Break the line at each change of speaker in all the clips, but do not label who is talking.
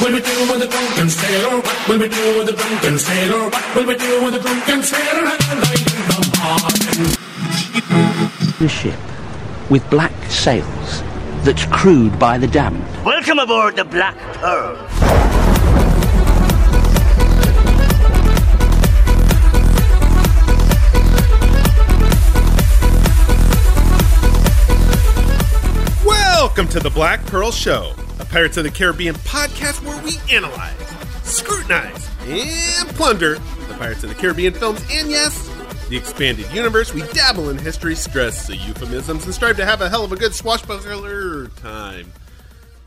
What will we do with the drunken sailor? What will we do with the drunken sailor? What will we do with the drunken sailor at the light in the morning?
The ship with black sails that's crewed by the damned.
Welcome aboard the Black Pearl.
Welcome to the Black Pearl Show, a Pirates of the Caribbean podcast where we analyze, scrutinize, and plunder the Pirates of the Caribbean films and, yes, the expanded universe. We dabble in history, stress the euphemisms, and strive to have a hell of a good swashbuckler time.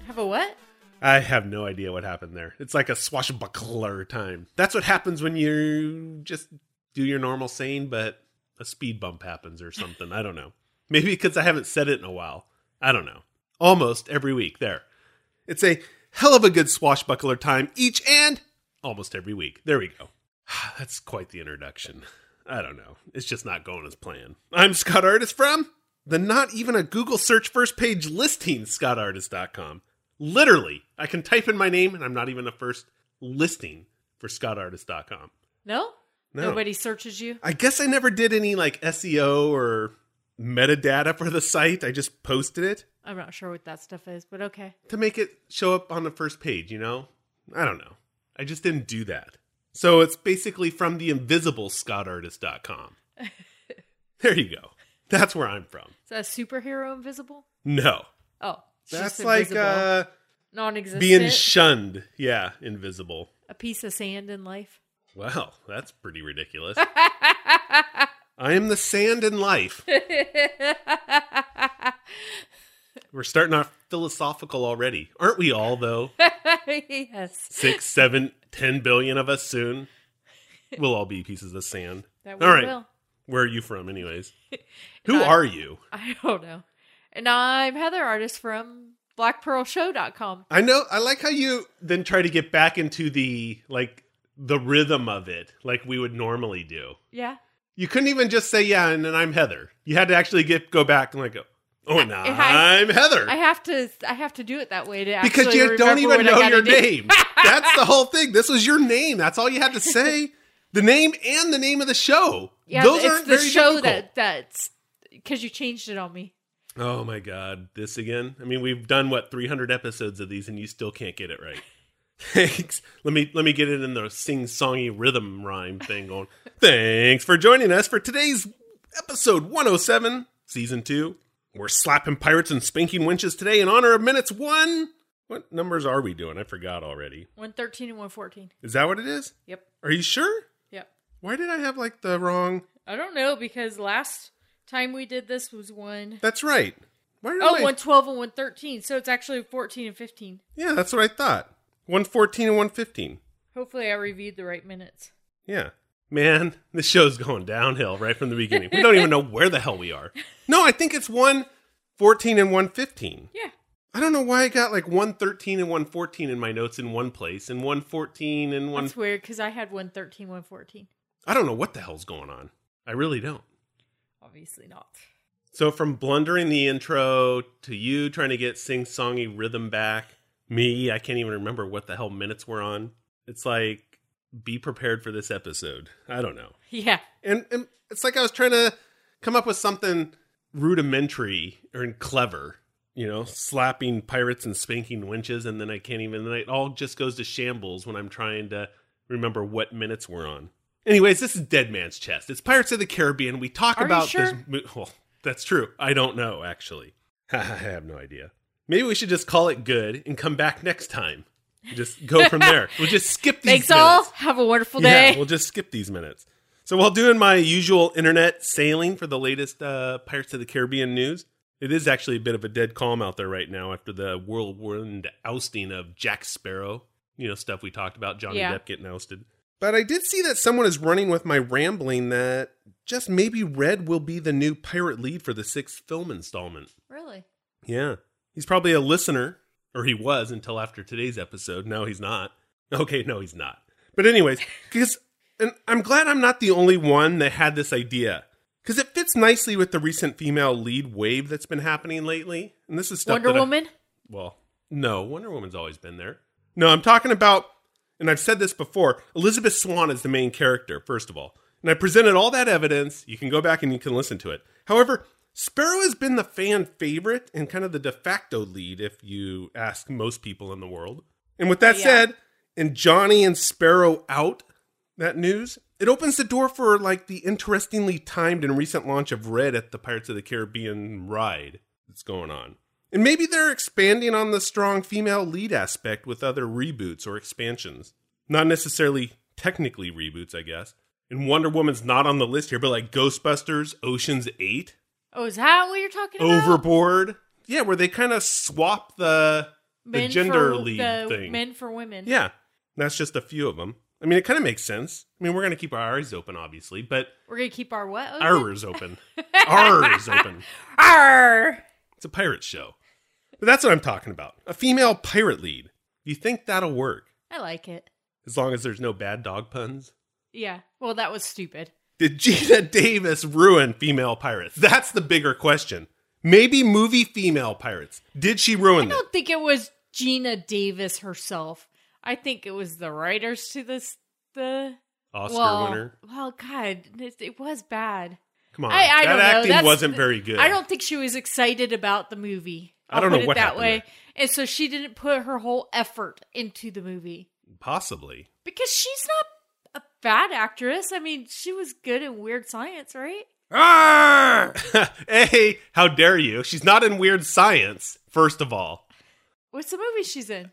Have a what?
I have no idea what happened there. It's like a swashbuckler time. That's what happens when you just do your normal saying, but a speed bump happens or something. I don't know. Maybe because I haven't said it in a while. I don't know. Almost every week. There. It's a hell of a good swashbuckler time each and almost every week. There we go. That's quite the introduction. I don't know. It's just not going as planned. I'm Scott Artist from the not even a Google search first page listing, scottartist.com. Literally, I can type in my name and I'm not even the first listing for scottartist.com.
No?
No.
Nobody searches you?
I guess I never did any like SEO or metadata for the site. I just posted it
I'm not sure what that stuff is, but okay.
to make it show up on the first page, you know? I don't know. I just didn't do that. So it's basically from the invisible scottartist.com. there you go. That's where I'm from.
Is that superhero invisible?
No.
Oh. it's
That's
just
like
invisible.
uh
non-existent.
being shunned. Yeah, invisible.
a piece of sand in life.
Wow, that's pretty ridiculous. I am the sand in life. We're starting off philosophical already. Aren't we all though?
yes.
six, seven, ten billion of us soon. We'll all be pieces of sand.
That we
all right.
will.
Where are you from, anyways? Who
Uh,
are you?
I don't know. And I'm Heather Artist from blackpearlshow.com.
I know. I like how you then try to get back into the like the rhythm of it, like we would normally do.
Yeah.
You couldn't even just say yeah, and then I'm Heather. You had to actually get go back and like, go, oh, and
I-
I'm Heather
I have to I have to do it that way to
because
actually
you don't
remember
even
what I
know
gotta
your
do.
name. That's the whole thing. This was your name. That's all you had to say. The name and the name of the show.
Yeah,
Those
it's
aren't
the
very
show
difficult.
that that's cuz you changed it on me.
Oh my god, this again? I mean, we've done what 300 episodes of these and you still can't get it right. Thanks. Let me let me get it in the sing-songy rhythm rhyme thing going. Thanks for joining us for today's episode 107, season 2. We're slapping pirates and spanking winches today in honor of minutes 1. What numbers are we doing? I forgot already.
113 and 114.
Is that what it is?
Yep.
Are you sure?
Yep.
Why did I have like the wrong
I don't know because last time we did this was one
That's right. Why did
oh
I
one twelve and one thirteen, so it's actually fourteen and fifteen.
Yeah, that's what I thought. 114 and 115.
Hopefully, I reviewed the right minutes.
Yeah. Man, this show's going downhill right from the beginning. We don't even know where the hell we are. No, I think it's 114 and 115.
Yeah,
I don't know why I got like 113 and 114 in my notes in one place and 114 and one
that's weird because I had one thirteen, one fourteen.
I don't know what the hell's going on. I really don't.
Obviously not.
So from blundering the intro to you trying to get sing songy rhythm back, me, I can't even remember what the hell minutes we're on. It's like be prepared for this episode. I don't know.
Yeah,
and, and it's like I was trying to come up with something rudimentary or clever, you know, slapping pirates and spanking winches, and then I can't even. Then it all just goes to shambles when I'm trying to remember what minutes we're on. Anyways, this is Dead Man's Chest. It's Pirates of the Caribbean. We talk
Are you
about this.
sure?
mo- Well, that's true. I don't know actually. I have no idea. Maybe we should just call it good and come back next time. Just go from there. We'll just skip these.
thanks all.
minutes.
Have a wonderful
Yeah,
day.
we'll just skip these minutes. So while doing my usual internet sailing for the latest uh, Pirates of the Caribbean news, it is actually a bit of a dead calm out there right now after the whirlwind ousting of Jack Sparrow. You know, stuff we talked about, Johnny
Yeah.
Depp getting ousted. But I did see that someone is running with my rambling that just maybe Red will be the new pirate lead for the sixth film installment.
Really?
Yeah. He's probably a listener, or he was until after today's episode. Now he's not. Okay, no, he's not. But, anyways, because, and I'm glad I'm not the only one that had this idea, because it fits nicely with the recent female lead wave that's been happening lately. And this is stuff
Wonder
that I-
Woman?
well, no, Wonder Woman's always been there. No, I'm talking about, and I've said this before, Elizabeth Swan is the main character, first of all. And I presented all that evidence. You can go back and you can listen to it. However, Sparrow has been the fan favorite and kind of the de facto lead, if you ask most people in the world. And with that
Yeah.
said, and Johnny and Sparrow out, that news, it opens the door for like the interestingly timed and recent launch of Red at the Pirates of the Caribbean ride that's going on. And maybe they're expanding on the strong female lead aspect with other reboots or expansions. Not necessarily technically reboots, I guess. And Wonder Woman's not on the list here, but like Ghostbusters, Ocean's 8,
Oh, is that what you're talking about?
Overboard. Yeah, where they kind of swap the the
Men
gender
for,
lead
the
thing.
Men for women.
Yeah, that's just a few of them. I mean, it kind of makes sense. I mean, we're going to keep our eyes open, obviously, but
We're gonna keep our what? open?
our is open. Our is open.
Arr!
It's a pirate show. But that's what I'm talking about. A female pirate lead. You think that'll work?
I like it.
As long as there's no bad dog puns.
Yeah. Well, that was stupid.
Did Gina Davis ruin female pirates? That's the bigger question. Maybe movie female pirates. Did she ruin
I
them?
don't think it was Gina Davis herself. I think it was the writers to this the
Oscar
well,
winner.
Well, God, it, it was bad.
Come on.
I, I
that
don't know.
acting
That's-
wasn't very good.
I don't think she was excited about the movie.
I
I'll
don't
put
know
it
what
that
happened
way.
there.
And so she didn't put her whole effort into the movie
Possibly.
because she's not a bad actress. I mean, she was good in Weird Science, right?
hey, how dare you? She's not in weird science, first of all.
What's the movie she's in?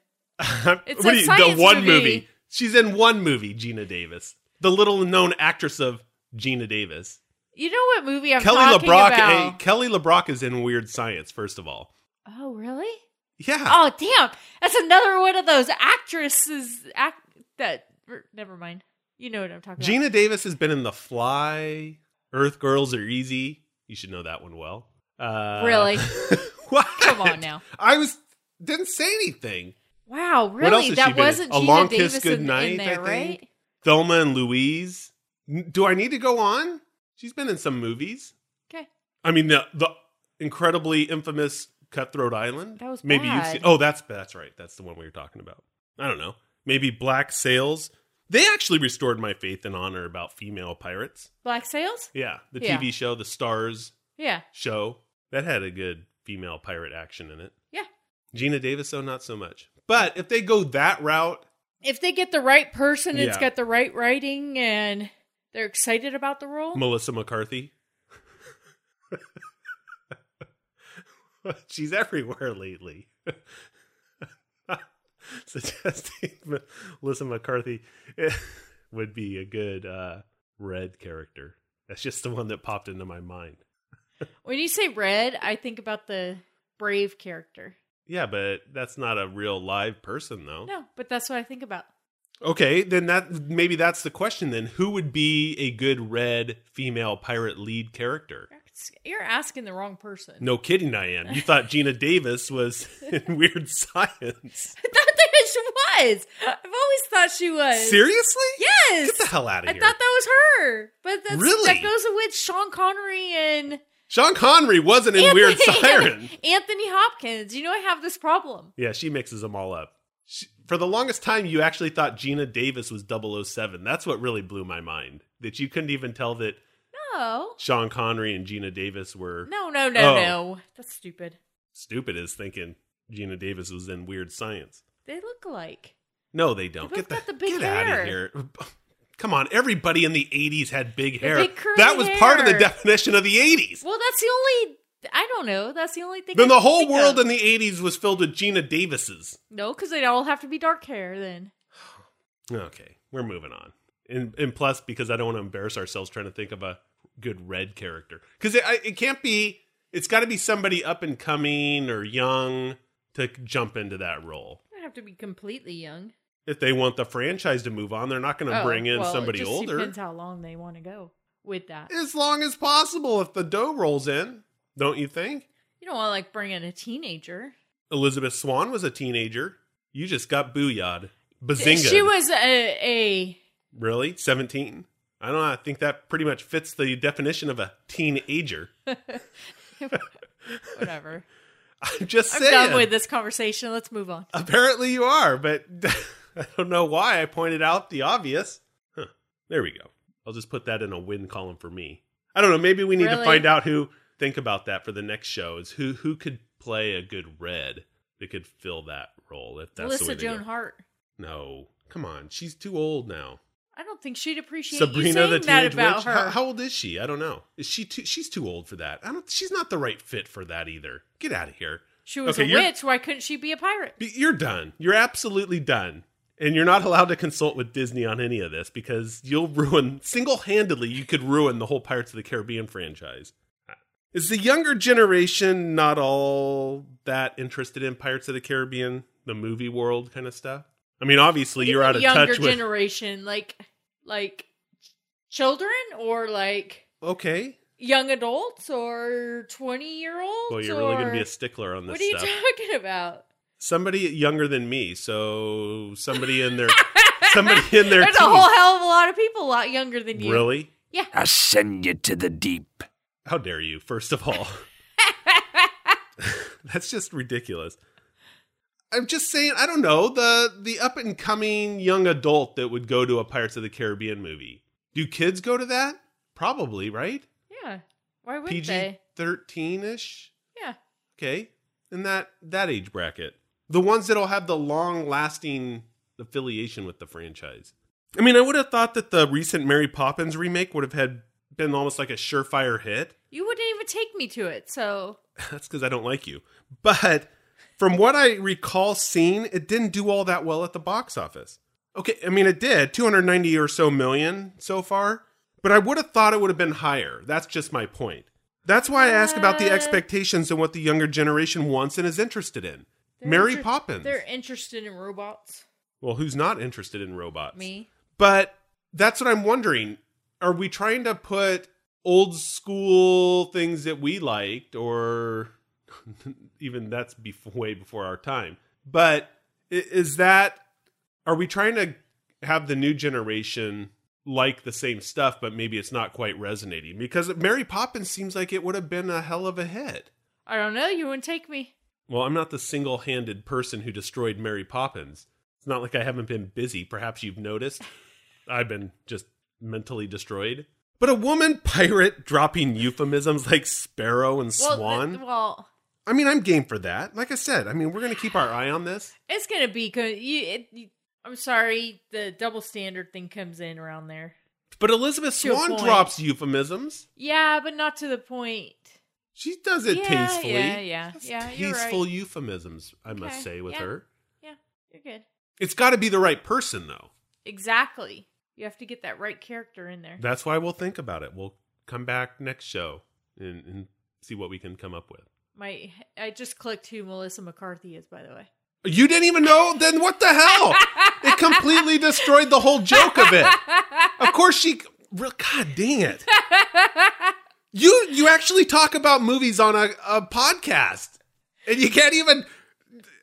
It's
What
a
do you-
science
the one
movie.
She's in one movie, Gina Davis. The little known actress of Gina Davis.
You know what movie I'm
Kelly
talking
LeBrock
about?
hey, Kelly LeBrock is in weird science, first of all.
oh, really?
Yeah.
Oh, damn! That's another one of those actresses. Act that. er, Never mind. You know what I'm talking
Gina Davis has been in The Fly, Earth Girls Are Easy. You should know that one well. Uh,
about. Really?
what?
Come on now.
I was didn't say anything.
Wow, really?
else has
that
she been in?
wasn't
A
Gina
Long Kiss
Davis in,
Goodnight,
in there,
I think?
right?
Thelma and Louise. N- Do I need to go on? She's been in some movies.
Okay.
I mean the the incredibly infamous Cutthroat Island.
That was
maybe
bad.
you've seen. Oh, that's that's right. That's the one we were talking about. I don't know. Maybe Black Sails. They actually restored my faith and honor about female pirates.
Black Sails?
Yeah, the
Yeah.
TV show, the Stars
Yeah.
show that had a good female pirate action in it.
Yeah.
Gina Davis, though, not so much. But if they go that route,
If they get the right person, it's
Yeah.
got the right writing and they're excited about the role.
Melissa McCarthy. She's everywhere lately. Suggesting Melissa McCarthy would be a good uh, red character. That's just the one that popped into my mind.
when you say red, I think about the brave character.
Yeah, but that's not a real live person, though.
No, but that's what I think about.
Okay, then that maybe that's the question. Then who would be a good red female pirate lead character?
You're asking the wrong person.
No kidding, I am. You thought Gina Davis was in Weird Science?
I thought that she was. I've always thought she was.
Seriously?
Yes.
Get the hell out
I
of here!
thought that was her. But that's,
Really?
that goes with Sean Connery and
Sean Connery wasn't in Weird Science.
Anthony Hopkins. You know I have this problem.
yeah, she mixes them all up. She, for the longest time, you actually thought Gina Davis was 007. That's what really blew my mind. That you couldn't even tell that
No.
Sean Connery and Gina Davis were
No, no, no,
Oh.
no. That's stupid.
stupid as thinking Gina Davis was in Weird Science.
They look alike.
No, they don't.
They
get the,
both got the big
get out
hair.
of here. Come on, everybody in the '80s had big hair.
big curly
that was part of the
hair.
definition of the '80s.
Well, that's the only. I don't know. That's the only thing.
Then
I
the
can
whole
think
world
Of.
in the '80s was filled with Gina Davises.
no, because they all have to be dark hair then.
Okay, we're moving on. And, and plus, because I don't want to embarrass ourselves trying to think of a good red character, because it, I- it can't be. It's got to be somebody up and coming or young to jump into that role.
They don't have to be completely young.
if they want the franchise to move on, they're not going to
Oh,
bring in
well,
somebody
it just
older.
Depends how long they want to go with that.
as long as possible if the dough rolls in, don't you think?
You don't want to like bring in a teenager.
Elizabeth Swan was a teenager. You just got booyah'd. Bazinga.
She was a,
really 17. I don't know. I think that pretty much fits the definition of a teenager.
a whatever.
I'm just
I'm
saying.
done with this conversation. Let's move on.
Apparently you are, but I don't know why I pointed out the obvious. Huh. There we go. I'll just put that in a win column for me. I don't know. Maybe we need to
Really?
find out who. Think about that for the next show. Is who who could play a good red that could fill that role if that's the way
Melissa
they go.
Joan Hart.
No, come on. She's too old now.
I don't think she'd appreciate you
Sabrina
saying
the
that
Teenage
about
Witch.
her.
How, how old is she? I don't know. Is she too, she's too old for that. I don't she's not the right fit for that either. Get out of here.
she was
Okay,
a
you're-
witch. Why couldn't she be a pirate?
B- You're done. You're absolutely done. And you're not allowed to consult with Disney on any of this because you'll ruin single-handedly you could ruin the whole Pirates of the Caribbean franchise. Uh, Is the younger generation not all that interested in Pirates of the Caribbean, the movie world kind of stuff? I mean, obviously you're out of
Younger
touch with
generation, like like children or like
Okay.
young adults or twenty year olds.
Well, you're really going to be
or-
a stickler on this
What are you
stuff.
talking about?
somebody younger than me, so somebody in their somebody in their
There's
teens.
a whole hell of a lot of people a lot younger than you.
Really?
I send you to the deep.
How dare you? First of all, that's just ridiculous. I'm just saying, I don't know the the up and coming young adult that would go to a Pirates of the Caribbean movie. Do kids go to that? Probably, right?
Yeah. Why would
PG
they?
thirteen ish.
Yeah.
Okay, in that that age bracket, the ones that'll have the long lasting affiliation with the franchise. I mean, I would have thought that the recent Mary Poppins remake would have had been almost like a surefire hit.
You wouldn't even take me to it, so
That's because I don't like you. But from what I recall seeing, it didn't do all that well at the box office. Okay, I mean, it did 290 or so million so far, but I would have thought it would have been higher. That's just my point. That's why I ask about the
Uh,
expectations and what the younger generation wants and is interested in.
They're
Mary
inter-
Poppins.
They're interested in robots.
Well, who's not interested in robots?
Me.
But that's what I'm wondering. Are we trying to put old school things that we liked, or even that's bef way before our time? But i- is that, are we trying to have the new generation like the same stuff, but maybe it's not quite resonating? Because Mary Poppins seems like it would have been a hell of a hit.
I don't know. You wouldn't take me.
Well, I'm not the single handed person who destroyed Mary Poppins. It's not like I haven't been busy. Perhaps you've noticed. I've been just mentally destroyed. But a woman pirate dropping euphemisms like sparrow and
Well, th-
swan.
well,
I mean, I'm game for that. Like I said, I mean, we're going to keep our eye on this.
it's gonna be good. You, it, you- I'm sorry, the double standard thing comes in around there.
But Elizabeth
To a
Swan
point.
drops euphemisms.
Yeah, but not to the point.
She does it
Yeah,
tastefully.
yeah, yeah.
That's
Yeah, you're right.
tasteful euphemisms, I must
Okay,
say, with
yeah.
her.
Yeah, you're good.
It's got to be the right person, though.
Exactly. You have to get that right character in there.
That's why we'll think about it. We'll come back next show and, and see what we can come up with.
My, I just clicked who Melissa McCarthy is, by the way.
You didn't even know? Then what the hell? it completely destroyed the whole joke of it. Of course she real god dang it. You you actually talk about movies on a, a podcast. And you can't even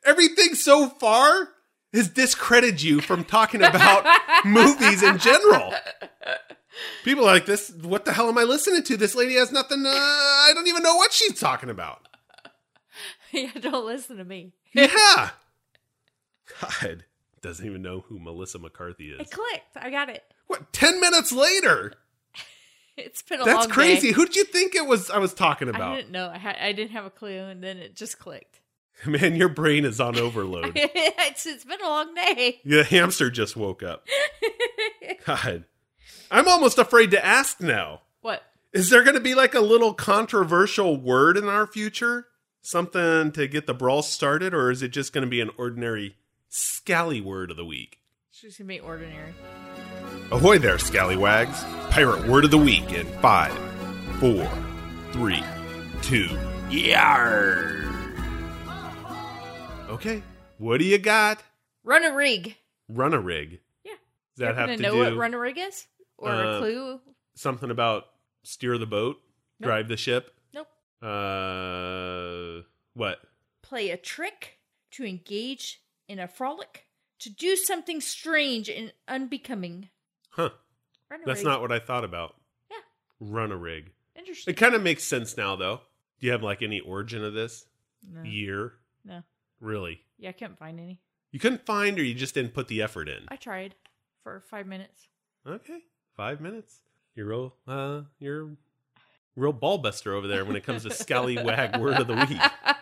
everything so far has discredited you from talking about movies in general. People are like this what the hell am I listening to? This lady has nothing uh, I don't even know what she's talking about.
yeah, don't listen to me.
Yeah. God doesn't even know who Melissa McCarthy
I
is.
clicked. I got it.
What? Ten minutes later.
It's been a long
That's
day.
crazy. Who did you think it was? I was talking
Oh, I
about.
didn't know. I, had, I didn't have a clue, and then it just clicked.
Man, your brain is on overload.
it's, it's been a long day.
the hamster just woke up. God, I'm almost afraid to ask now.
What?
Is there going to be like a little controversial word in our future? Something to get the brawl started, or is it just going to be an ordinary scally word of the week?
She's gonna be ordinary.
Ahoy there, scallywags! Pirate word of the week in five, four, three, two.
Yarr.
Okay, what do you got?
Run a rig.
run a rig.
Yeah.
Does that have
to
to
know
do
what runner rig is or
uh,
a clue?
something about steer the boat,
Nope.
drive the ship?
Nope.
Uh, what?
Play a trick to engage in a frolic to do something strange and unbecoming.
Huh.
Runner
That's
rig.
not what I thought about.
Yeah.
Run a rig.
interesting.
It kind of makes sense now, though. Do you have like any origin of this
No.
year?
No.
Really?
Yeah, I couldn't find any.
You couldn't find, or you just didn't put the effort in.
I tried for five minutes.
Okay, five minutes. You're real, uh, you're real ball buster over there when it comes to scallywag word of the week.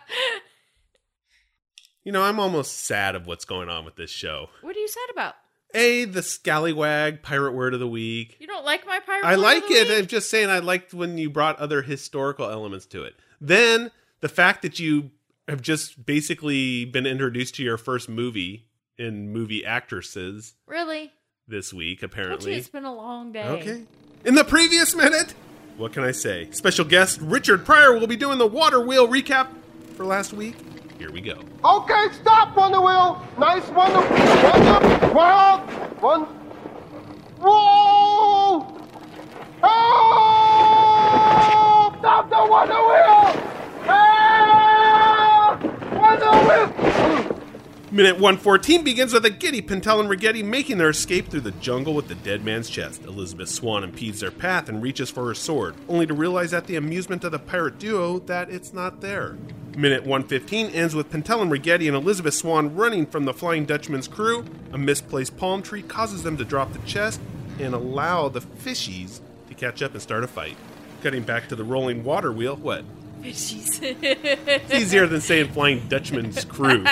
You know, I'm almost sad of what's going on with this show.
What are you sad about?
A, the scallywag pirate word of the week.
You don't like my pirate?
I
Word of
like
the
it.
Week?
I'm just saying I liked when you brought other historical elements to it. Then the fact that you have just basically been introduced to your first movie in movie actresses
Really?
this week,
Told you
apparently.
it's been a long day.
Okay. In the previous minute, what can I say? Special guest Richard Pryor will be doing the water wheel recap for last week. Here we go.
Okay, stop, Wonder Wheel. Nice Wonder Wonder Wild one. Whoa! Help! Oh! Stop the Wonder Wheel! Help! Wonder Wheel!
Minute 114 begins with a giddy Pentel and Rigetti making their escape through the jungle with the dead man's chest. Elizabeth Swan impedes their path and reaches for her sword, only to realize at the amusement of the pirate duo that it's not there. Minute 115 ends with Pentel and Rigetti and Elizabeth Swan running from the Flying Dutchman's crew. A misplaced palm tree causes them to drop the chest and allow the fishies to catch up and start a fight. Cutting back to the rolling water wheel, what? It's easier than saying Flying Dutchman's crew.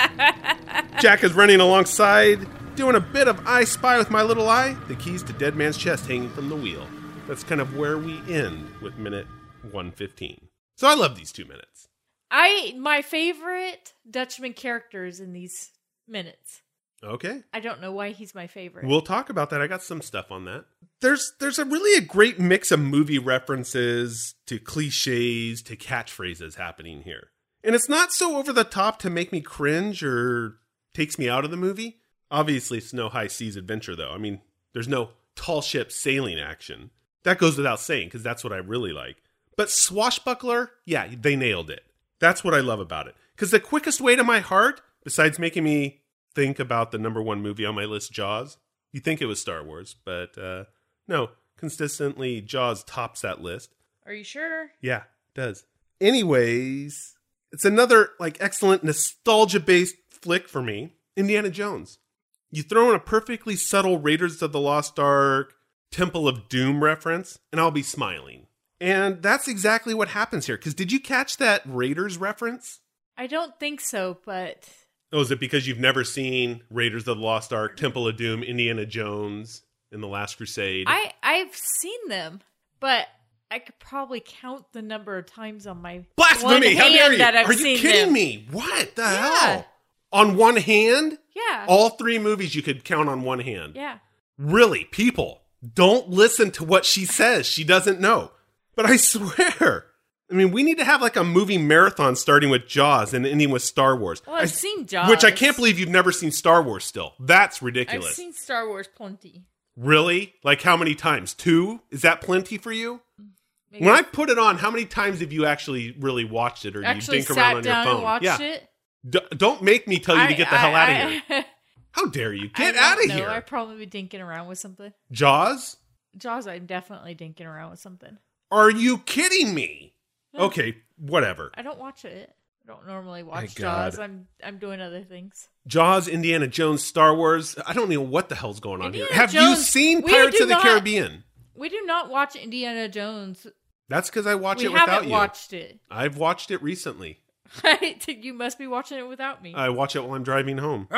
Jack is running alongside, doing a bit of I spy with my little eye, the keys to Dead Man's Chest hanging from the wheel. That's kind of where we end with minute 115. So I love these two minutes.
I my favorite Dutchman characters in these minutes.
Okay.
I don't know why he's my favorite.
We'll talk about that. I got some stuff on that. There's there's a really a great mix of movie references to cliches to catchphrases happening here. And it's not so over the top to make me cringe or takes me out of the movie. Obviously, it's no high seas adventure though. I mean, there's no tall ship sailing action. That goes without saying cuz that's what I really like. But swashbuckler, yeah, they nailed it. That's what I love about it. Cuz the quickest way to my heart, besides making me think about the number one movie on my list, Jaws. You think it was Star Wars, but uh, no, consistently Jaws tops that list.
Are you sure?
Yeah, it does. Anyways, it's another like excellent nostalgia-based flick for me. Indiana Jones. You throw in a perfectly subtle Raiders of the Lost Ark, Temple of Doom reference, and I'll be smiling. And that's exactly what happens here. Because did you catch that Raiders reference?
I don't think so, but
Oh, is it because you've never seen Raiders of the Lost Ark, Temple of Doom, Indiana Jones, and The Last Crusade?
I I've seen them, but I could probably count the number of times on my one
Blasphemy!
hand
How dare you?
that I've
Are
seen
you kidding
them.
me? What the
Yeah.
hell? On one hand,
Yeah,
all three movies you could count on one hand.
yeah.
Really, people, don't listen to what she says. She doesn't know. But I swear. I mean, we need to have like a movie marathon starting with Jaws and ending with Star Wars.
Well, I've
I-
seen Jaws,
Which I can't believe you've never seen Star Wars still. That's
I've
ridiculous.
seen Star Wars plenty.
Really? Like how many times? Two? Is that plenty for you?
Maybe
When I put it on, how many times have you actually really watched it or
actually
you dink
sat
around on
down
your phone?
and watched
yeah.
it.
D- don't make me tell you to get the hell out of here.
here.
How dare you? Get
I don't
out of
know.
here.
I probably be dinking around with something.
Jaws?
Jaws, I'm definitely dinking around with something.
Are you kidding me? Okay, whatever.
I don't watch it. I don't normally watch
God.
Jaws. I'm I'm doing other things.
Jaws, Indiana Jones, Star Wars. I don't know what the hell's going on here.
Indiana
Have you
Jones,
seen
we
Pirates
do
of the
not-
Caribbean?
We do not watch Indiana Jones.
That's because I watch
we
it without
haven't
you.
watched it.
I've watched it recently.
I think you must be watching it without me.
I watch it while I'm driving home.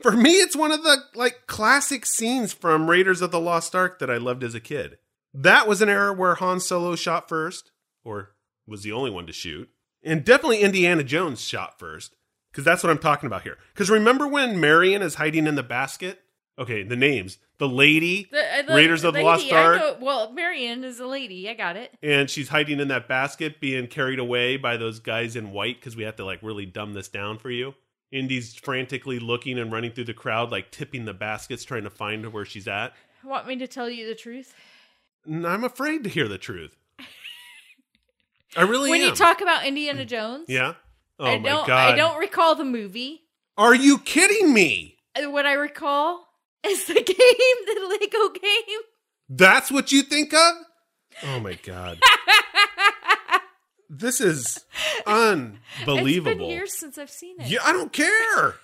For me, it's one of the like classic scenes from Raiders of the Lost Ark that I loved as a kid. That was an era where Han Solo shot first, or was the only one to shoot, and definitely Indiana Jones shot first, because that's what I'm talking about here. Because remember when Marion is hiding in the basket Okay, the names. The lady,
The- uh, the
Raiders of the
lady,
Lost
I
Ark,
know- Well, Marion is a lady. I got it.
and she's hiding in that basket, being carried away by those guys in white because we have to like really dumb this down for you. Indy's frantically looking and running through the crowd, like tipping the baskets, trying to find where she's at.
Want me to tell you the truth?
And I'm afraid to hear the truth. I really
When
am.
you talk about Indiana Jones,
yeah. Oh
I
my
don't.
god.
I don't recall the movie.
Are you kidding me?
Uh, What I recall is the game, the Lego game.
That's what you think of? Oh my god. this is unbelievable.
It's been years since I've seen it.
Yeah, I don't care.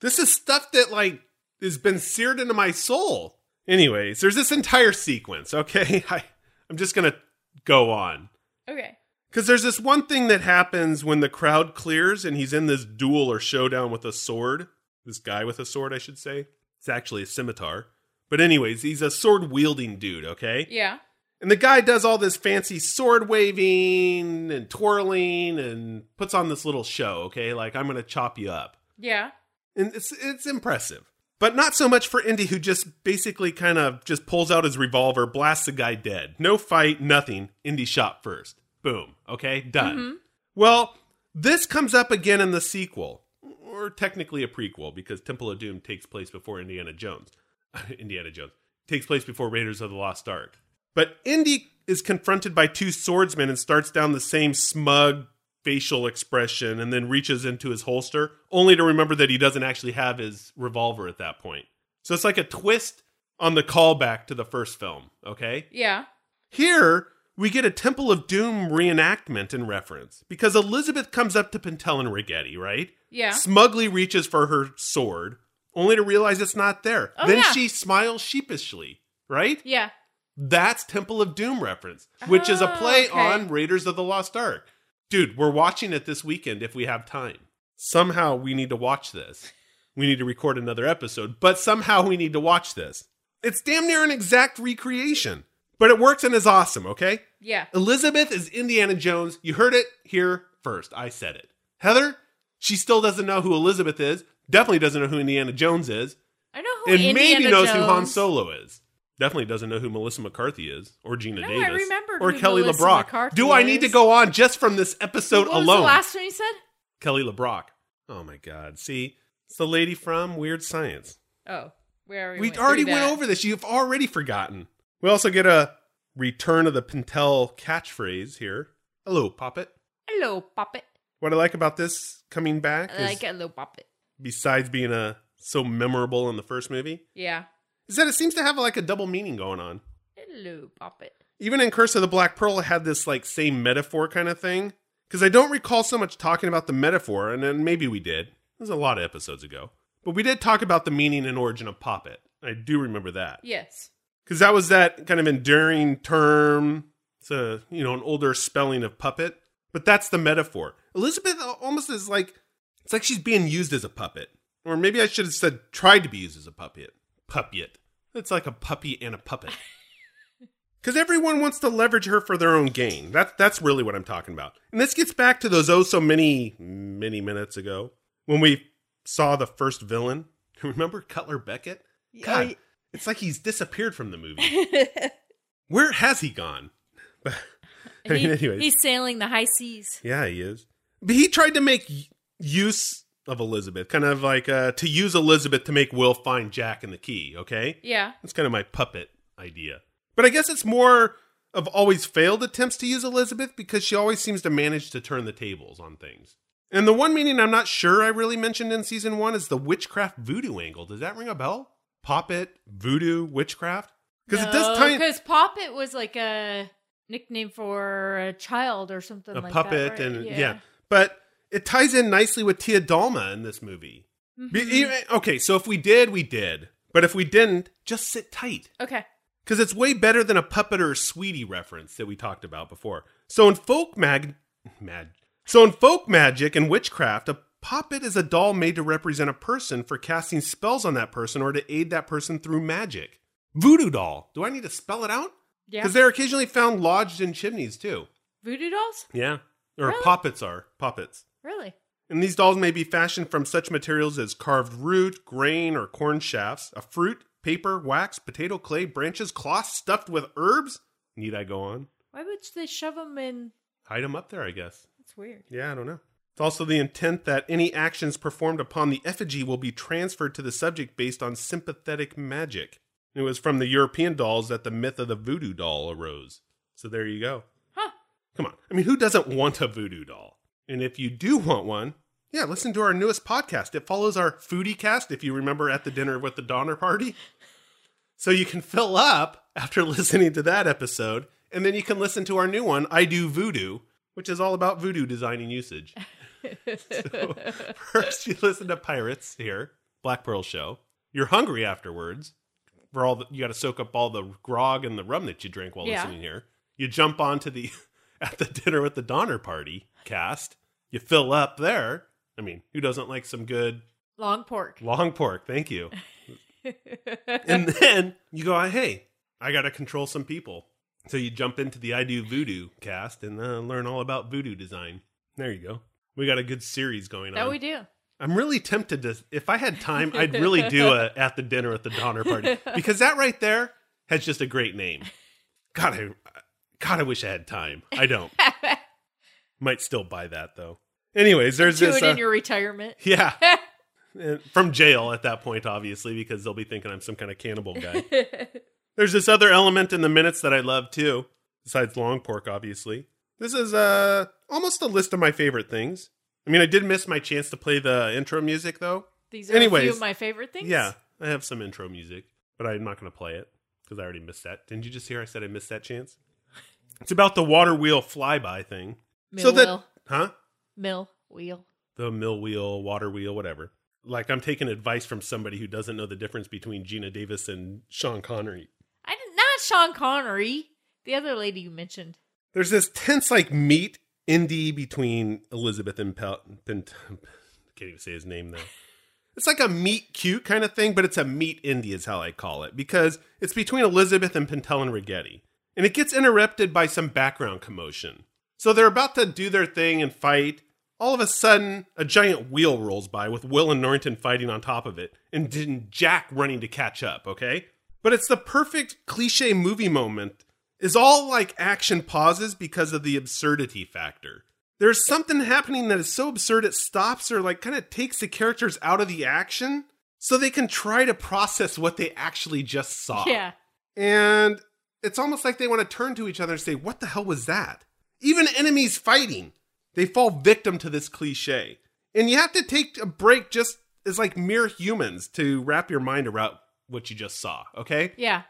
This is stuff that like has been seared into my soul. Anyways, there's this entire sequence, okay? I I'm just going to go on.
Okay.
Cuz there's this one thing that happens when the crowd clears and he's in this duel or showdown with a sword. This guy with a sword, I should say. It's actually a scimitar. But anyways, he's a sword wielding dude, okay?
Yeah.
And the guy does all this fancy sword waving and twirling and puts on this little show, okay? Like, I'm going to chop you up.
Yeah.
And it's, it's impressive. But not so much for Indy, who just basically kind of just pulls out his revolver, blasts the guy dead. No fight, nothing. Indy shot first. Boom. Okay, done. Well, this comes up again in the sequel, or technically a prequel, because Temple of Doom takes place before Indiana Jones. Indiana Jones takes place before Raiders of the Lost Ark. But Indy is confronted by two swordsmen and starts down the same smug facial expression and then reaches into his holster, only to remember that he doesn't actually have his revolver at that point. So it's like a twist on the callback to the first film, okay?
Yeah.
Here, we get a Temple of Doom reenactment in reference because Elizabeth comes up to Pentel and Rigetti, right?
Yeah.
Smugly reaches for her sword, only to realize it's not there.
Oh,
then
yeah.
she smiles sheepishly, right?
Yeah.
That's Temple of Doom reference, which is a
Oh,
play
okay.
on Raiders of the Lost Ark. Dude, we're watching it this weekend if we have time. Somehow we need to watch this. We need to record another episode, but somehow we need to watch this. It's damn near an exact recreation, but it works and is awesome, okay?
Yeah.
Elizabeth is Indiana Jones. You heard it here first. I said it. Heather, she still doesn't know who Elizabeth is, definitely doesn't know who Indiana Jones is,
I know who
and
Indiana
maybe knows
Jones.
who Han Solo is. Definitely doesn't know who Melissa McCarthy is, or Gina
No, I
Davis,
remembered
or
who
Kelly
Melissa
LeBrock.
McCarthy
Do I need to
is.
go on just from this episode
What was
alone?
the last one you said?
Kelly LeBrock. Oh my God! See, it's the lady from Weird Science.
Oh, where are we?
We
went
already
through
went
that.
over this. You've already forgotten. We also get a return of the Pentel catchphrase here. Hello, Poppet.
Hello, puppet.
What I like about this coming back
I like
is,
hello, puppet.
besides being uh so memorable in the first movie,
Yeah.
is that it seems to have like a double meaning going on.
Hello, puppet.
Even in Curse of the Black Pearl, it had this like same metaphor kind of thing. Because I don't recall so much talking about the metaphor, and then maybe we did. It was a lot of episodes ago, but we did talk about the meaning and origin of Poppet. I do remember that.
Yes.
because that was that kind of enduring term. It's a you know an older spelling of puppet, but that's the metaphor. Elizabeth al- almost is like it's like she's being used as a puppet, or maybe I should have said tried to be used as a puppet. Puppet. It's like a puppy and a puppet. Because everyone wants to leverage her for their own gain. That's that's really what I'm talking about. And this gets back to those oh so many many minutes ago when we saw the first villain. Remember Cutler Beckett? God, it's like he's disappeared from the movie. Where has he gone? I mean,
He-
anyways.
He's sailing the high seas.
Yeah, he is. But he tried to make y- use of Elizabeth, kind of like uh, to use Elizabeth to make Will find Jack and the key, okay?
Yeah.
That's kind of my puppet idea. But I guess it's more of always failed attempts to use Elizabeth because she always seems to manage to turn the tables on things. And the one meaning I'm not sure I really mentioned in season one is the witchcraft voodoo angle. Does that ring a bell? Poppet, voodoo, witchcraft? Because it does tie
Because Poppet was like a nickname for a child or something
a
like that,
puppet
right?
and yeah. but it ties in nicely with Tia Dalma in this movie.
Mm-hmm.
Be- even- okay, so if we did, we did. But if we didn't, just sit tight
Okay.
because it's way better than a puppet or a sweetie reference that we talked about before. So in folk mag, mag, so in folk magic and witchcraft, a puppet is a doll made to represent a person for casting spells on that person or to aid that person through magic. Voodoo doll. Do I need to spell it out?
Yeah.
Because they're occasionally found lodged in chimneys too.
Voodoo dolls?
Yeah. Or
Really?
poppets are. Poppets.
Really?
And these dolls may be fashioned from such materials as carved root, grain, or corn shafts, a fruit, paper, wax, potato, clay, branches, cloth stuffed with herbs. Need I go on?
Why would they shove them in?
Hide them up there, I guess.
That's weird.
Yeah, I don't know. It's also the intent that any actions performed upon the effigy will be transferred to the subject based on sympathetic magic. It was from the European dolls that the myth of the voodoo doll arose. So there you go.
Huh.
Come on. I mean, who doesn't want a voodoo doll? And if you do want one, yeah, listen to our newest podcast. It follows our foodie cast, if you remember at the dinner with the Donner Party. So you can fill up after listening to that episode, and then you can listen to our new one, I Do Voodoo, which is all about voodoo design and usage. so first you listen to Pirates here, Black Pearl Show. You're hungry afterwards. For all the, you got to soak up all the grog and the rum that you drank while
Yeah.
listening here. You jump onto the at the dinner with the Donner Party cast. You fill up there. I mean, who doesn't like some good
Long pork.
Long pork, thank you. and then you go, hey, I got to control some people. So you jump into the I Do Voodoo cast and uh, learn all about voodoo design. There you go. We got a good series going
That
on.
we do.
I'm really tempted to, if I had time, I'd really do a at the dinner at the Donner party because that right there has just a great name. God, I, God, I wish I had time. I don't. Might still buy that though. Anyways, there's
Do
this.
it
uh,
in your retirement.
yeah. And From jail at that point, obviously, because they'll be thinking I'm some kind of cannibal guy. There's this other element in the minutes that I love too, besides long pork, obviously. This is uh, almost a list of my favorite things. I mean, I did miss my chance to play the intro music, though.
These are a few
Anyways.
of my favorite things.
Yeah, I have some intro music, but I'm not going to play it because I already missed that. Didn't you just hear I said I missed that chance? It's about the water wheel flyby thing.
Mill
so that,
wheel.
huh?
Mill wheel.
the mill wheel, water wheel, whatever. Like I'm taking advice from somebody who doesn't know the difference between Gina Davis and Sean Connery.
I did not Sean Connery. The other lady you mentioned.
There's this tense like meet indie between Elizabeth and Pel- Pen- can't even say his name now. It's like a meet cute kind of thing, but it's a meet indie is how I call it because it's between Elizabeth and Pentel and Rigetti, and it gets interrupted by some background commotion. So they're about to do their thing and fight. All of a sudden, a giant wheel rolls by with Will and Norrington fighting on top of it, and then Jack running to catch up, okay? But it's the perfect cliche movie moment, is all like action pauses because of the absurdity factor. There's something happening that is so absurd it stops or like kind of takes the characters out of the action so they can try to process what they actually just saw.
Yeah.
And it's almost like they want to turn to each other and say, What the hell was that? Even enemies fighting, they fall victim to this cliche. And you have to take a break just as like mere humans to wrap your mind around what you just saw, okay?
Yeah.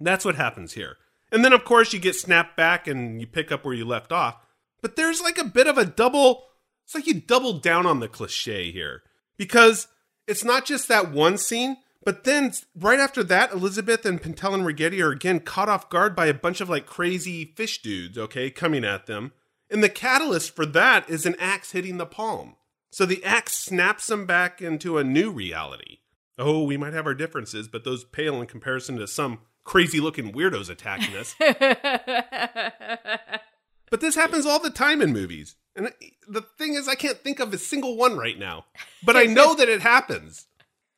That's what happens here. And then, of course, you get snapped back and you pick up where you left off. But there's like a bit of a double, it's like you double down on the cliche here because it's not just that one scene, but then right after that, Elizabeth and Pentel and Rigetti are again caught off guard by a bunch of like crazy fish dudes, okay, coming at them. And the catalyst for that is an axe hitting the palm. So the axe snaps them back into a new reality. Oh, we might have our differences, but those pale in comparison to some crazy looking weirdos attacking us. but this happens all the time in movies. And the thing is, I can't think of a single one right now, but I know that it happens.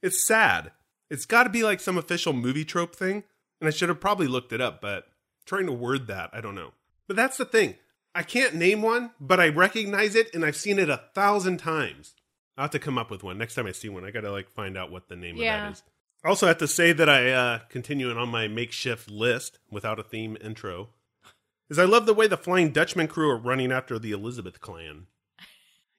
It's sad. It's got to be like some official movie trope thing. And I should have probably looked it up, but trying to word that, I don't know. But that's the thing. I can't name one, but I recognize it and I've seen it a thousand times. I'll have to come up with one. Next time I see one, I got to like find out what the name of
Yeah.
that is. I also have to say that I uh, continuing on my makeshift list without a theme intro is I love the way the Flying Dutchman crew are running after the Elizabeth clan.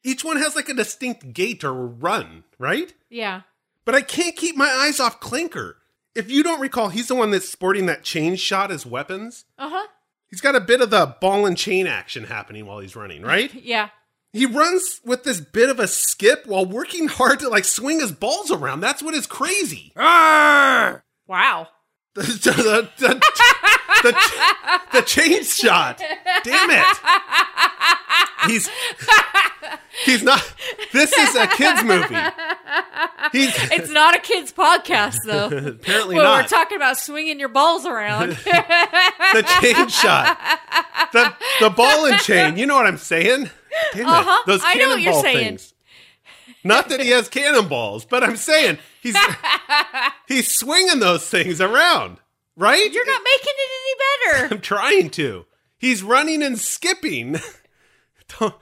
Each one has like a distinct gait or run, right?
Yeah.
But I can't keep my eyes off Clinker. If you don't recall, he's the one that's sporting that chain shot as weapons.
Uh huh.
He's got a bit of the ball and chain action happening while he's running, right?
Yeah.
He runs with this bit of a skip while working hard to like swing his balls around. That's what is crazy.
Wow.
the, the, the, the, the chain shot. Damn it. He's he's not. This is a kids movie. He's
It's not a kids podcast though.
apparently
When
not
we're talking about swinging your balls around.
the chain shot. The the ball and chain. You know what I'm saying? Damn it.
Uh-huh.
Those
I know what you're
cannonball
saying.
things. Not that he has cannonballs, but I'm saying he's he's swinging those things around, right?
You're not making it any better.
I'm trying to. He's running and skipping. don't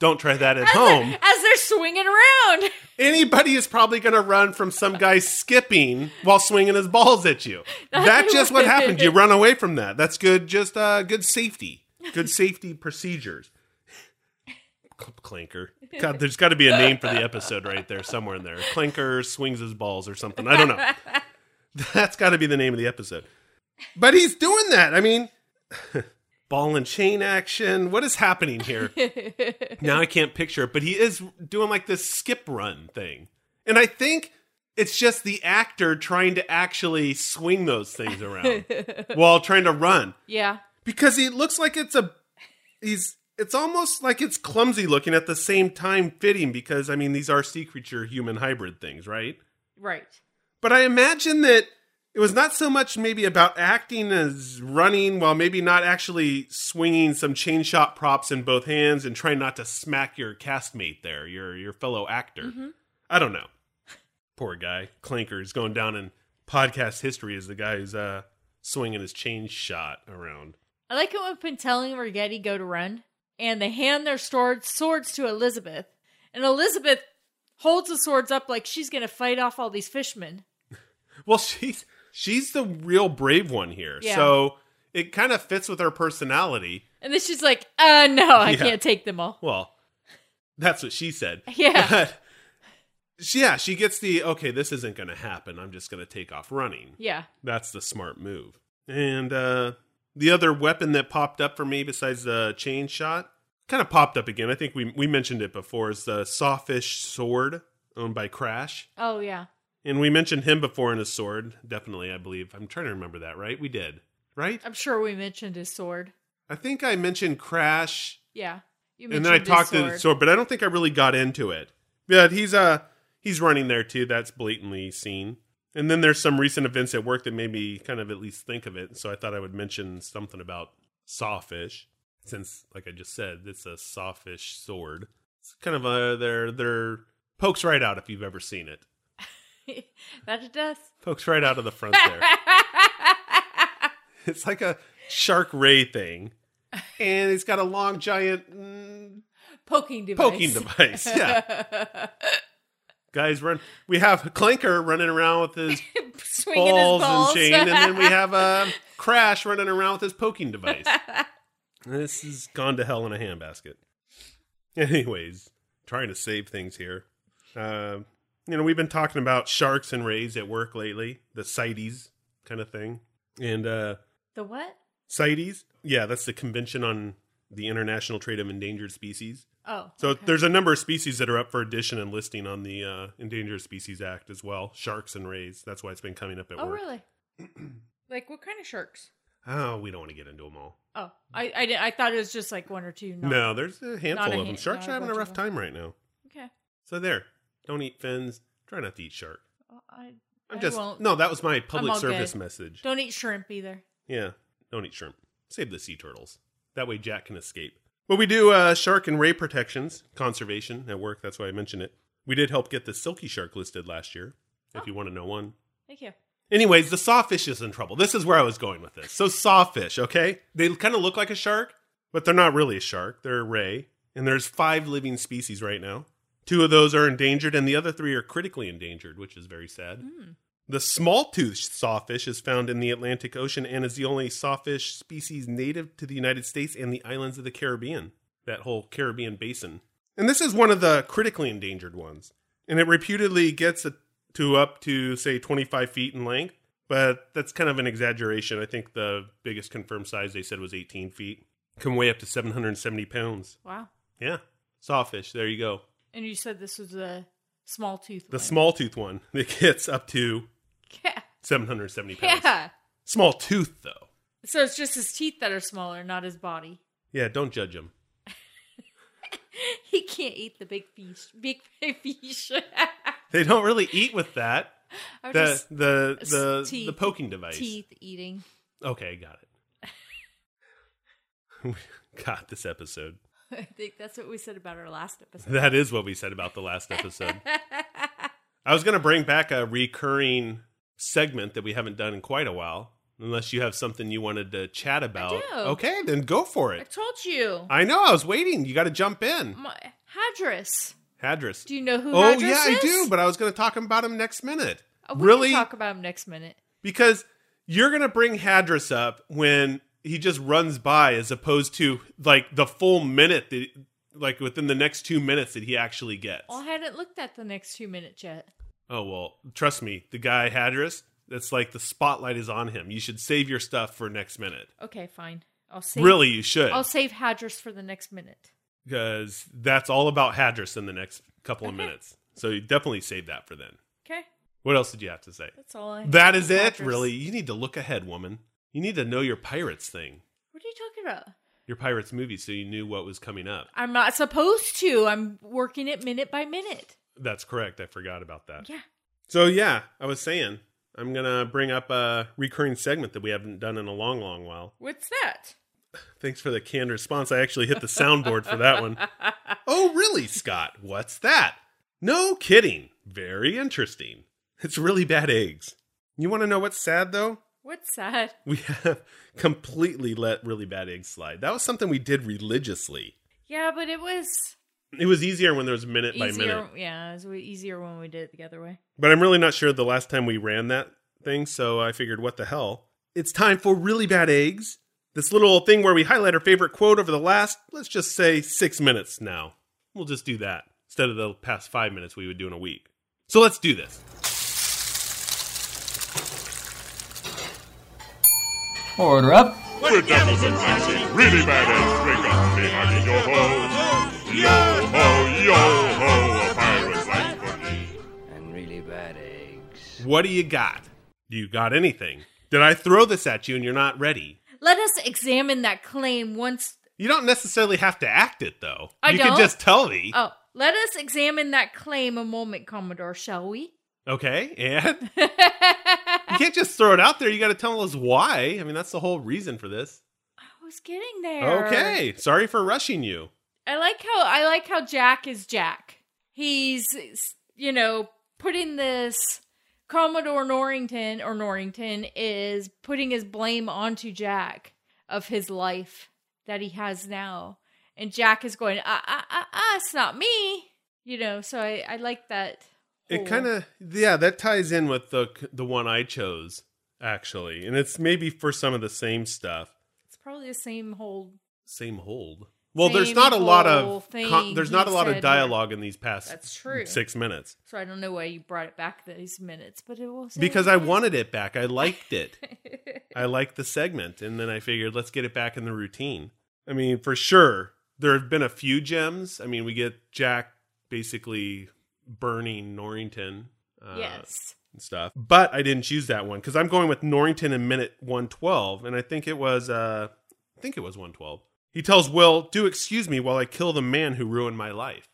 don't try that at home.
As they're swinging around.
Anybody is probably going to run from some guy skipping while swinging his balls at you. That's just what happened. You run away from that. That's good. Just uh, good safety. Good safety procedures. Clinker. God, there's got to be a name for the episode right there somewhere in there. Clinker swings his balls or something. I don't know. That's got to be the name of the episode. But he's doing that. I mean, ball and chain action. What is happening here? now I can't picture it, but he is doing like this skip run thing. And I think it's just the actor trying to actually swing those things around while trying to run
Yeah.
because he looks like it's a he's it's almost like it's clumsy looking at the same time fitting because I mean these are sea creature human hybrid things, right?
Right.
But I imagine that it was not so much maybe about acting as running while maybe not actually swinging some chain shot props in both hands and trying not to smack your castmate there, your your fellow actor. I don't know. Poor guy. Clinker is going down in podcast history as the guy who's uh, swinging his chain shot around.
I like it when Pentelli and Rigetti go to run and they hand their sword, swords to Elizabeth. And Elizabeth holds the swords up like she's going to fight off all these fishmen.
Well, she's she's the real brave one here.
Yeah.
So it kind of fits with her personality.
And then she's like, uh, no, I
Yeah.
can't take them all.
Well, that's what she said.
Yeah.
But she, yeah, she gets the okay, this isn't going to happen. I'm just going to take off running.
Yeah.
That's the smart move. And uh the other weapon that popped up for me besides the chain shot kind of popped up again. I think we we mentioned it before is the sawfish sword owned by Crash.
Oh, yeah.
And we mentioned him before in his sword, definitely, I believe. I'm trying to remember that, right? We did. Right?
I'm sure we mentioned his sword.
I think I mentioned Crash,
Yeah. You
and then I
his
talked to the sword, but I don't think I really got into it. But he's uh he's running there too. That's blatantly seen. And then there's some recent events at work that made me kind of at least think of it. So I thought I would mention something about sawfish, since like I just said, it's a sawfish sword. It's kind of a their their pokes right out if you've ever seen it.
that it does.
Pokes right out of the front there. it's like a shark ray thing, and it's got a long giant. mm,
Poking device.
poking device. Yeah. Guys run. We have Clinker running around with his
Swinging his
balls,
balls.
and chain, and then we have uh, Crash running around with his poking device. this has gone to hell in a handbasket. Anyways, trying to save things here. Uh, you know, we've been talking about sharks and rays at work lately, the CITES kind of thing, and uh,
the what?
CITES. Yeah, that's the Convention on the International Trade of Endangered Species.
Oh.
So there's a number of species that are up for addition and listing on the uh, Endangered Species Act as well. Sharks and rays. That's why it's been coming up at
Oh,
work.
really? like, what kind of sharks?
Oh, we don't want to get into them all.
Oh, I I, did- I thought it was just like one or two. No.
No, there's a handful
a
of them.
han-
Sharks
not
are
a
having a
bunch
rough
of
time right now.
Okay.
So there. Don't eat fins. Try not to eat shark.
Well, I,
I'm
I
just
won't.
no. That was my public
all
service
good.
message.
Don't eat shrimp either.
Yeah, don't eat shrimp. Save the sea turtles. That way Jack can escape. But we do uh, shark and ray protections, conservation at work. That's why I mentioned it. We did help get the silky shark listed last year.
Oh.
If you want to know one,
Thank you.
Anyways, the sawfish is in trouble. This is where I was going with this. So sawfish, okay? They kind of look like a shark, but they're not really a shark. They're a ray, and there's five living species right now. Two of those are endangered, and the other three are critically endangered, which is very sad. The small-toothed sawfish is found in the Atlantic Ocean and is the only sawfish species native to the United States and the islands of the Caribbean. That whole Caribbean basin. And this is one of the critically endangered ones and it reputedly gets a, to up to say 25 feet in length but that's kind of an exaggeration i think the biggest confirmed size they said was 18 feet can weigh up to 770 pounds
Wow.
yeah sawfish there you go
And you said this was a small tooth.
the
one.
small tooth one that gets up to
Yeah.
770 pounds
Yeah.
small tooth though
So it's just his teeth that are smaller, not his body.
yeah don't judge him
He can't eat the big fish. Big fish.
they don't really eat with that
I'm
the
just
the the,
teeth-
the poking device
teeth eating.
Okay, got it. God, this episode.
I think that's what we said about our last episode.
That is what we said about the last episode. I was going to bring back a recurring segment that we haven't done in quite a while, unless you have something you wanted to chat about.
do.
Okay, then go for
I
it.
told you.
I know, I was waiting. You got to jump in.
My, Hadris.
Hadris.
Mm. Do you know who
oh,
Hadris
yeah, I
is?
do, but I was going to talk about him next minute.
Oh, we
really?
can talk about him next minute.
because you're going to bring Hadris up when he just runs by as opposed to like the full minute that like within the next 2 minutes that he actually gets.
Well, I hadn't looked at the next two minutes yet.
Oh well, trust me, the guy Hadris, that's like the spotlight is on him. You should save your stuff for next minute.
Okay, fine. I'll save.
Really, you should.
I'll save Hadris for the next minute.
Cuz that's all about Hadris in the next couple of
Okay.
minutes. So you definitely save that for then.
Okay,
What else did you have to say?
that's all I.
That is it,
Hadris.
really. You need to look ahead, woman. You need to know your pirates thing.
What are you talking about?
Your pirates movie so you knew what was coming up.
I'm not supposed to. I'm working it minute by minute.
That's correct. I forgot about that.
Yeah.
So yeah, I was saying I'm going to bring up a recurring segment that we haven't done in a long long while.
What's that?
Thanks for the canned response. I actually hit the soundboard for that one. Oh, really, Scott? What's that? No kidding. Very interesting. It's really bad eggs. You want to know what's sad, though?
What's that?
We have completely let really bad eggs slide. That was something we did religiously.
Yeah, but it was
It was easier when there was minute by minute.
easier. Yeah, it was way easier when we did it the other way.
But I'm really not sure the last time we ran that thing, so I figured, what the hell? It's time for really bad eggs. This little thing where we highlight our favorite quote over the last, let's just say, six minutes now. We'll just do that instead of the past five minutes we would do in a week. So let's do this.
Order up.
We're devils in fancy, really bad eggs, drink up, be hearty, yo ho. Yo ho, yo ho, a pirate's life for me.
And really bad eggs.
What do you got? Do you got anything? Did I throw this at you and you're not ready?
Let us examine that claim once.
You don't necessarily have to act it, though.
I
you
don't.
can just tell me.
Oh, let us examine that claim a moment, Commodore, shall we?
Okay, and you can't just throw it out there. You got to tell us why. I mean, that's the whole reason for this.
I was getting there.
Okay. Sorry for rushing you.
I like how I like how Jack is Jack. He's you know putting this Commodore Norrington or Norrington is putting his blame onto Jack of his life that he has now, and Jack is going ah ah ah ah it's not me, you know. So I I like that.
It
whole-
kind of yeah, that ties in with the the one I chose actually. And it's maybe for some of the same stuff.
it's probably the same whole.
Same hold. Well, there's
Same
not a lot
whole
of
thing
con- there's
he
not a lot
said.
of dialogue in these past
That's true.
6 minutes
So I don't know why you brought it back these minutes, but it was
because I wanted it back. I liked it. I liked the segment and then I figured let's get it back in the routine. I mean, for sure there have been a few gems. I mean, we get Jack basically burning Norrington. Uh,
yes.
and stuff. But I didn't choose that one because I'm going with Norrington in minute 112, and I think it was uh, I think it was 112. He tells Will, "Do excuse me while I kill the man who ruined my life."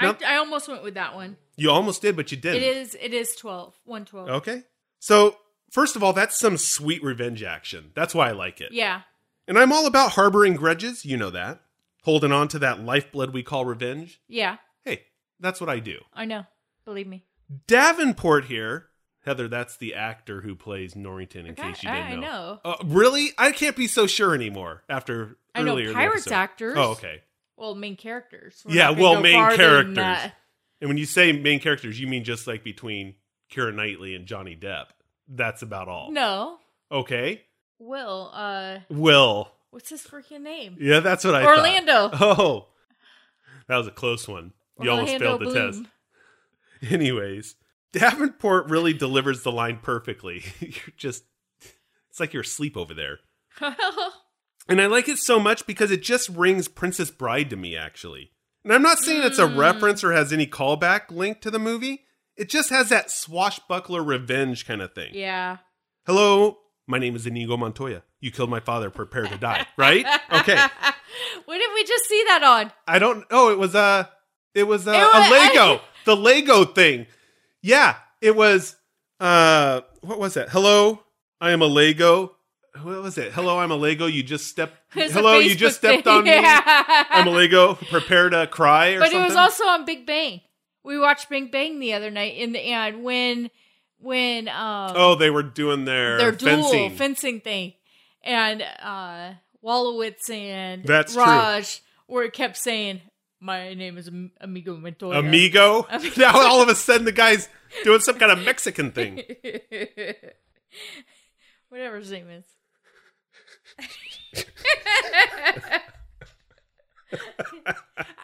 Now-
I, I almost went with that one.
You almost did, but you
It
didn't.
is it is 12, 112.
Okay. So first of all, that's some sweet revenge action. That's why I like it.
Yeah.
And I'm all about harboring grudges. You know that. Holding on to that lifeblood we call revenge.
Yeah.
Hey, that's what I do.
I know. Believe me.
Davenport here. Heather, that's the actor who plays Norrington. In
Okay,
case you didn't
I know.
Uh, really, I can't be so sure anymore after
I know
earlier. in the
pirates
episode.
actors.
Oh, okay.
Well, main characters.
Yeah,
not gonna
well,
go
main
farther than
characters.
that.
And when you say main characters, you mean just like between Kira Knightley and Johnny Depp. That's about all.
No.
Okay.
Will, uh,
Will.
what's his freaking name?
Yeah, that's what I thought.
Orlando.
Oh, that was a close one. You almost
Orlando
failed the
Bloom.
test. Anyways, Davenport really delivers the line perfectly. you're just, it's like you're asleep over there. And I like it so much because it just rings Princess Bride to me, actually. And I'm not saying it's a
Hmm.
reference or has any callback link to the movie. It just has that swashbuckler revenge kind of thing.
yeah.
Hello, my name is Inigo Montoya. You killed my father. Prepare to die. Right? Okay.
What did we just see that on?
I don't. Oh, it was a. It was a,
It wa-
a Lego. the Lego thing. Yeah, it was. Uh, what was that? Hello, I am a Lego. what was it? Hello, I'm a Lego. You just stepped.
It's a
Hello, you
Facebook
just stepped
thing.
on me. I'm a Lego. Prepare to cry or
but
something.
it was also on Big Bang. We watched Big Bang the other night in the and when when um
oh, they were doing their,
their dual
fencing.
fencing, thing, and uh Wallowitz and
That's true.
Raj were kept saying, "My name is Am- Amigo Montoya."
Amigo.
Amigo.
now all of a sudden the guy's doing some kind of Mexican thing.
whatever his name is.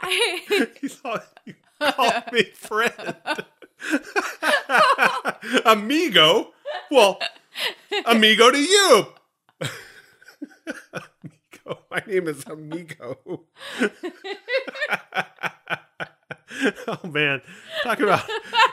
I,
He's all, you call me friend. Amigo? Well, amigo to you. amigo. My name is Amigo. oh man. Talk about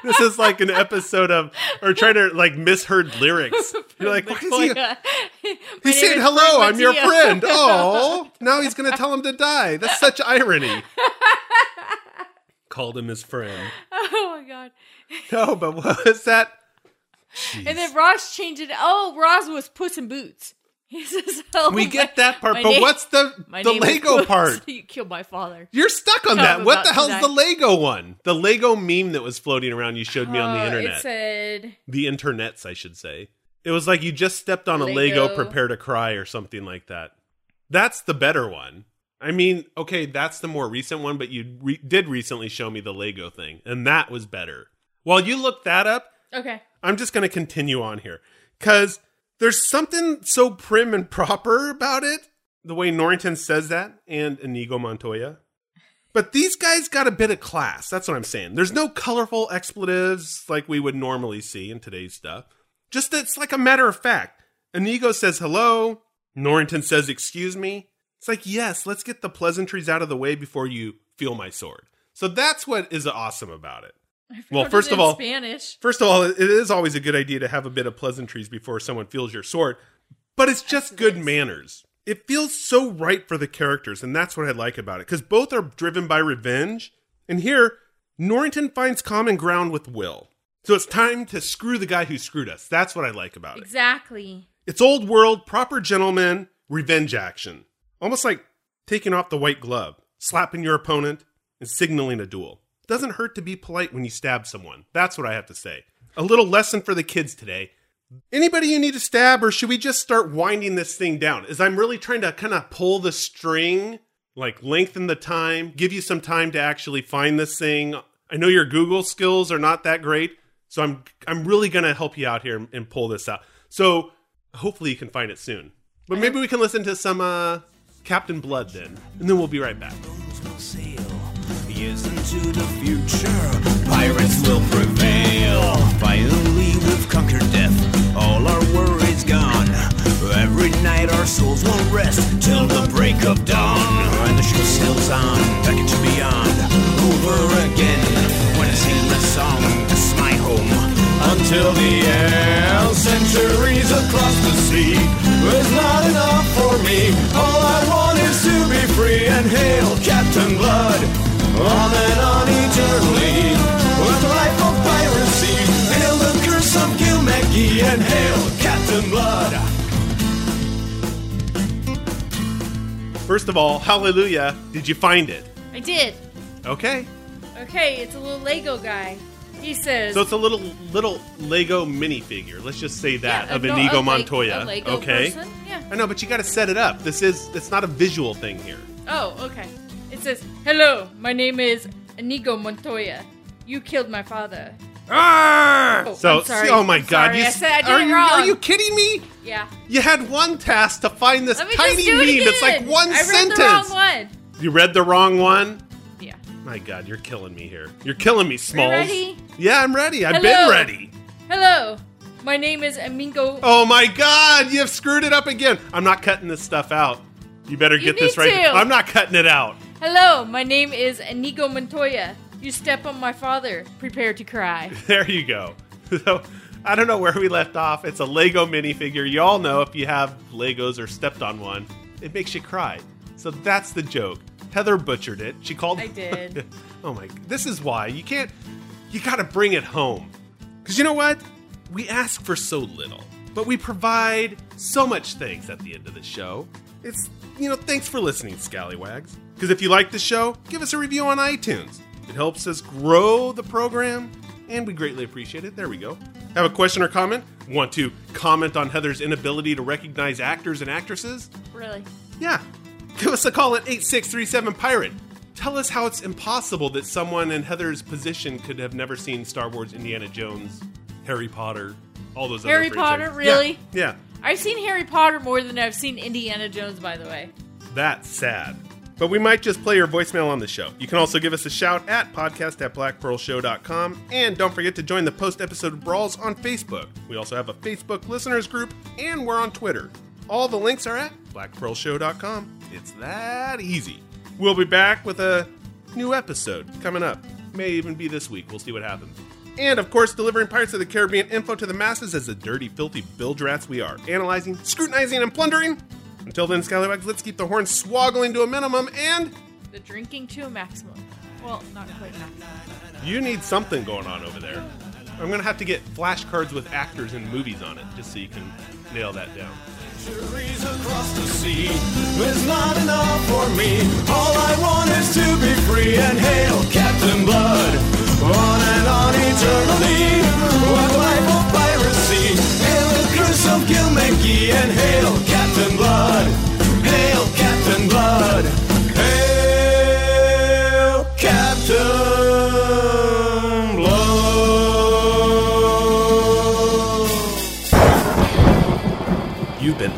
this is like an episode of or trying to like misheard lyrics. You're like, what is he?
My
He's saying,
name is
"Hello,
Frank
I'm your
Mattia."
friend." Oh, now he's gonna tell him to die. That's such irony. Called him his friend.
Oh my god!
No, but what was that?
And then Ross changed it. Oh, Ross was Puss in Boots. He says, oh,
We
my-
get that part,
my
but
name-
what's the
my
the
name is
Lego
Puss.
part?
You killed my father.
You're stuck on
No,
that.
I'm
What
about
the
to
hell's
die.
the Lego one? The Lego meme that was floating around you showed me on the
Uh,
internet.
It said,
the internets, I should say. It was like you just stepped on a Lego.
Lego.
prepare to cry or something like that. That's the better one. I mean, okay, that's the more recent one, but you re- did recently show me the Lego thing, and that was better. While you look that up,
okay.
I'm just going to continue on here because there's something so prim and proper about it, the way Norrington says that and Inigo Montoya. But these guys got a bit of class. That's what I'm saying. There's no colorful expletives like we would normally see in today's stuff. Just it's like a matter of fact. Inigo says hello. Norrington says excuse me. It's like, yes, let's get the pleasantries out of the way before you feel my sword. So that's what is awesome about it. Well,
Put it
first of
in
all,
Spanish.
First of all, it is always a good idea to have a bit of pleasantries before someone feels your sword, but it's just good manners. It feels so right for the characters, and that's what I like about it, because both are driven by revenge. And here, Norrington finds common ground with Will. So it's time to screw the guy who screwed us. That's what I like about it.
Exactly.
It's old world, proper gentleman, revenge action. Almost like taking off the white glove, slapping your opponent, and signaling a duel. Doesn't hurt to be polite when you stab someone. That's what I have to say. A little lesson for the kids today. Anybody you need to stab, or should we just start winding this thing down? Is I'm really trying to kind of pull the string, like lengthen the time, give you some time to actually find this thing. I know your Google skills are not that great, so I'm I'm really gonna help you out here and, and pull this out. So hopefully you can find it soon. But maybe we can listen to some uh, Captain Blood then, and then we'll be right back.
Years into the future, pirates will prevail. Finally, we've conquered death, all our worries gone. Every night, our souls will rest till the break of dawn. And the ship sails on, back into beyond, over again. When I sing the song, this is my home. Until the end, centuries across the sea. There's not enough for me. All I want is to be free and hail Captain Blood. On and on eternally. With life of piracy. Hail the curse of Gilmackie and hail Captain Blood.
First of all, hallelujah, did you find it?
I did.
Okay.
Okay, it's a little Lego guy. He says,
So it's a little little Lego minifigure. Let's just say that
Yeah,
of
a- no,
Inigo
a Leg-
Montoya.
a Lego
okay.
person? Yeah.
I know, but you got to set it up. This is it's not a visual thing here.
"Oh, okay." It says, "Hello, my name is Inigo Montoya. You killed my father." Oh,
So
I'm sorry.
see- oh my
I'm
god,
sorry.
you
I
s-
said I did
are
it
you
wrong.
are you kidding me?
Yeah.
You had one task to find this
Let me
tiny
just do
meme.
it again.
It's like one
I read
sentence.
The wrong one.
You read the wrong one.
Yeah.
My god, you're killing me here. You're killing me, Smalls.
ready?
Yeah, I'm ready. I've been
Hello.
ready.
Hello, my name is Amigo.
Oh my god, you've screwed it up again. I'm not cutting this stuff out. You better
You
get this
need
right.
to.
I'm not cutting it out.
Hello, my name is Inigo Montoya. You step on my father, prepare to cry.
There you go. So I don't know where we left off. It's a Lego minifigure. You all know if you have Legos or stepped on one, it makes you cry. So that's the joke. Heather butchered it. She called.
I did.
oh my! This is why you can't. You got to bring it home. Because you know what? We ask for so little, But we provide so much thanks at the end of the show. It's, you know, thanks for listening, Scallywags. Because if you like the show, give us a review on iTunes. It helps us grow the program, and we greatly appreciate it. There we go. Have a question or comment? Want to comment on Heather's inability to recognize actors and actresses?
Really?
Yeah. Give us a call at 8637 Pirate. Tell us how it's impossible that someone in Heather's position could have never seen Star Wars, Indiana Jones, Harry Potter, all those
Harry
other
Potter,
franchises. Yeah,
really?
Yeah,
I've seen Harry Potter more than I've seen Indiana Jones, by the way.
That's sad. But we might just play your voicemail on the show. You can also give us a shout at podcast at blackpearlshow.com. And don't forget to join the post episode brawls on Facebook. We also have a Facebook listeners group, and we're on Twitter. All the links are at blackpearlshow.com. It's that easy. We'll be back with a new episode coming up. May even be this week. We'll see what happens. And of course, delivering Pirates of the Caribbean info to the masses as the dirty, filthy bilge rats we are, analyzing, scrutinizing, and plundering. Until then, Scallywags, let's keep the horn swoggling to a minimum and
The drinking to a maximum. Well, not quite maximum.
You need something going on over there. I'm gonna have to get flashcards with actors and movies on it just so you can nail that down.
Centuries across the sea is not enough for me. All I want is to be free and hail Captain Blood. On and on eternally, what life of piracy. Hail the curse of Gilmankey and hail Captain Blood. Hail Captain Blood. Hail Captain Blood.
You've been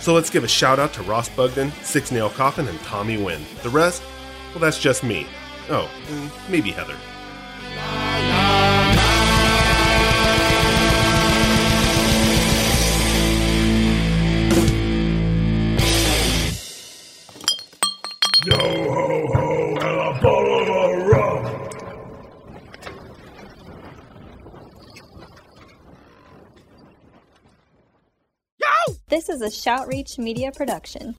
So let's give a shout out to Ross Bugden, Six Nail Coffin, and Tommy Wynn. The rest? Well, that's just me. Oh, and maybe Heather.
Yo ho ho and a bottle of rum.
This is a Shoutreach Media production.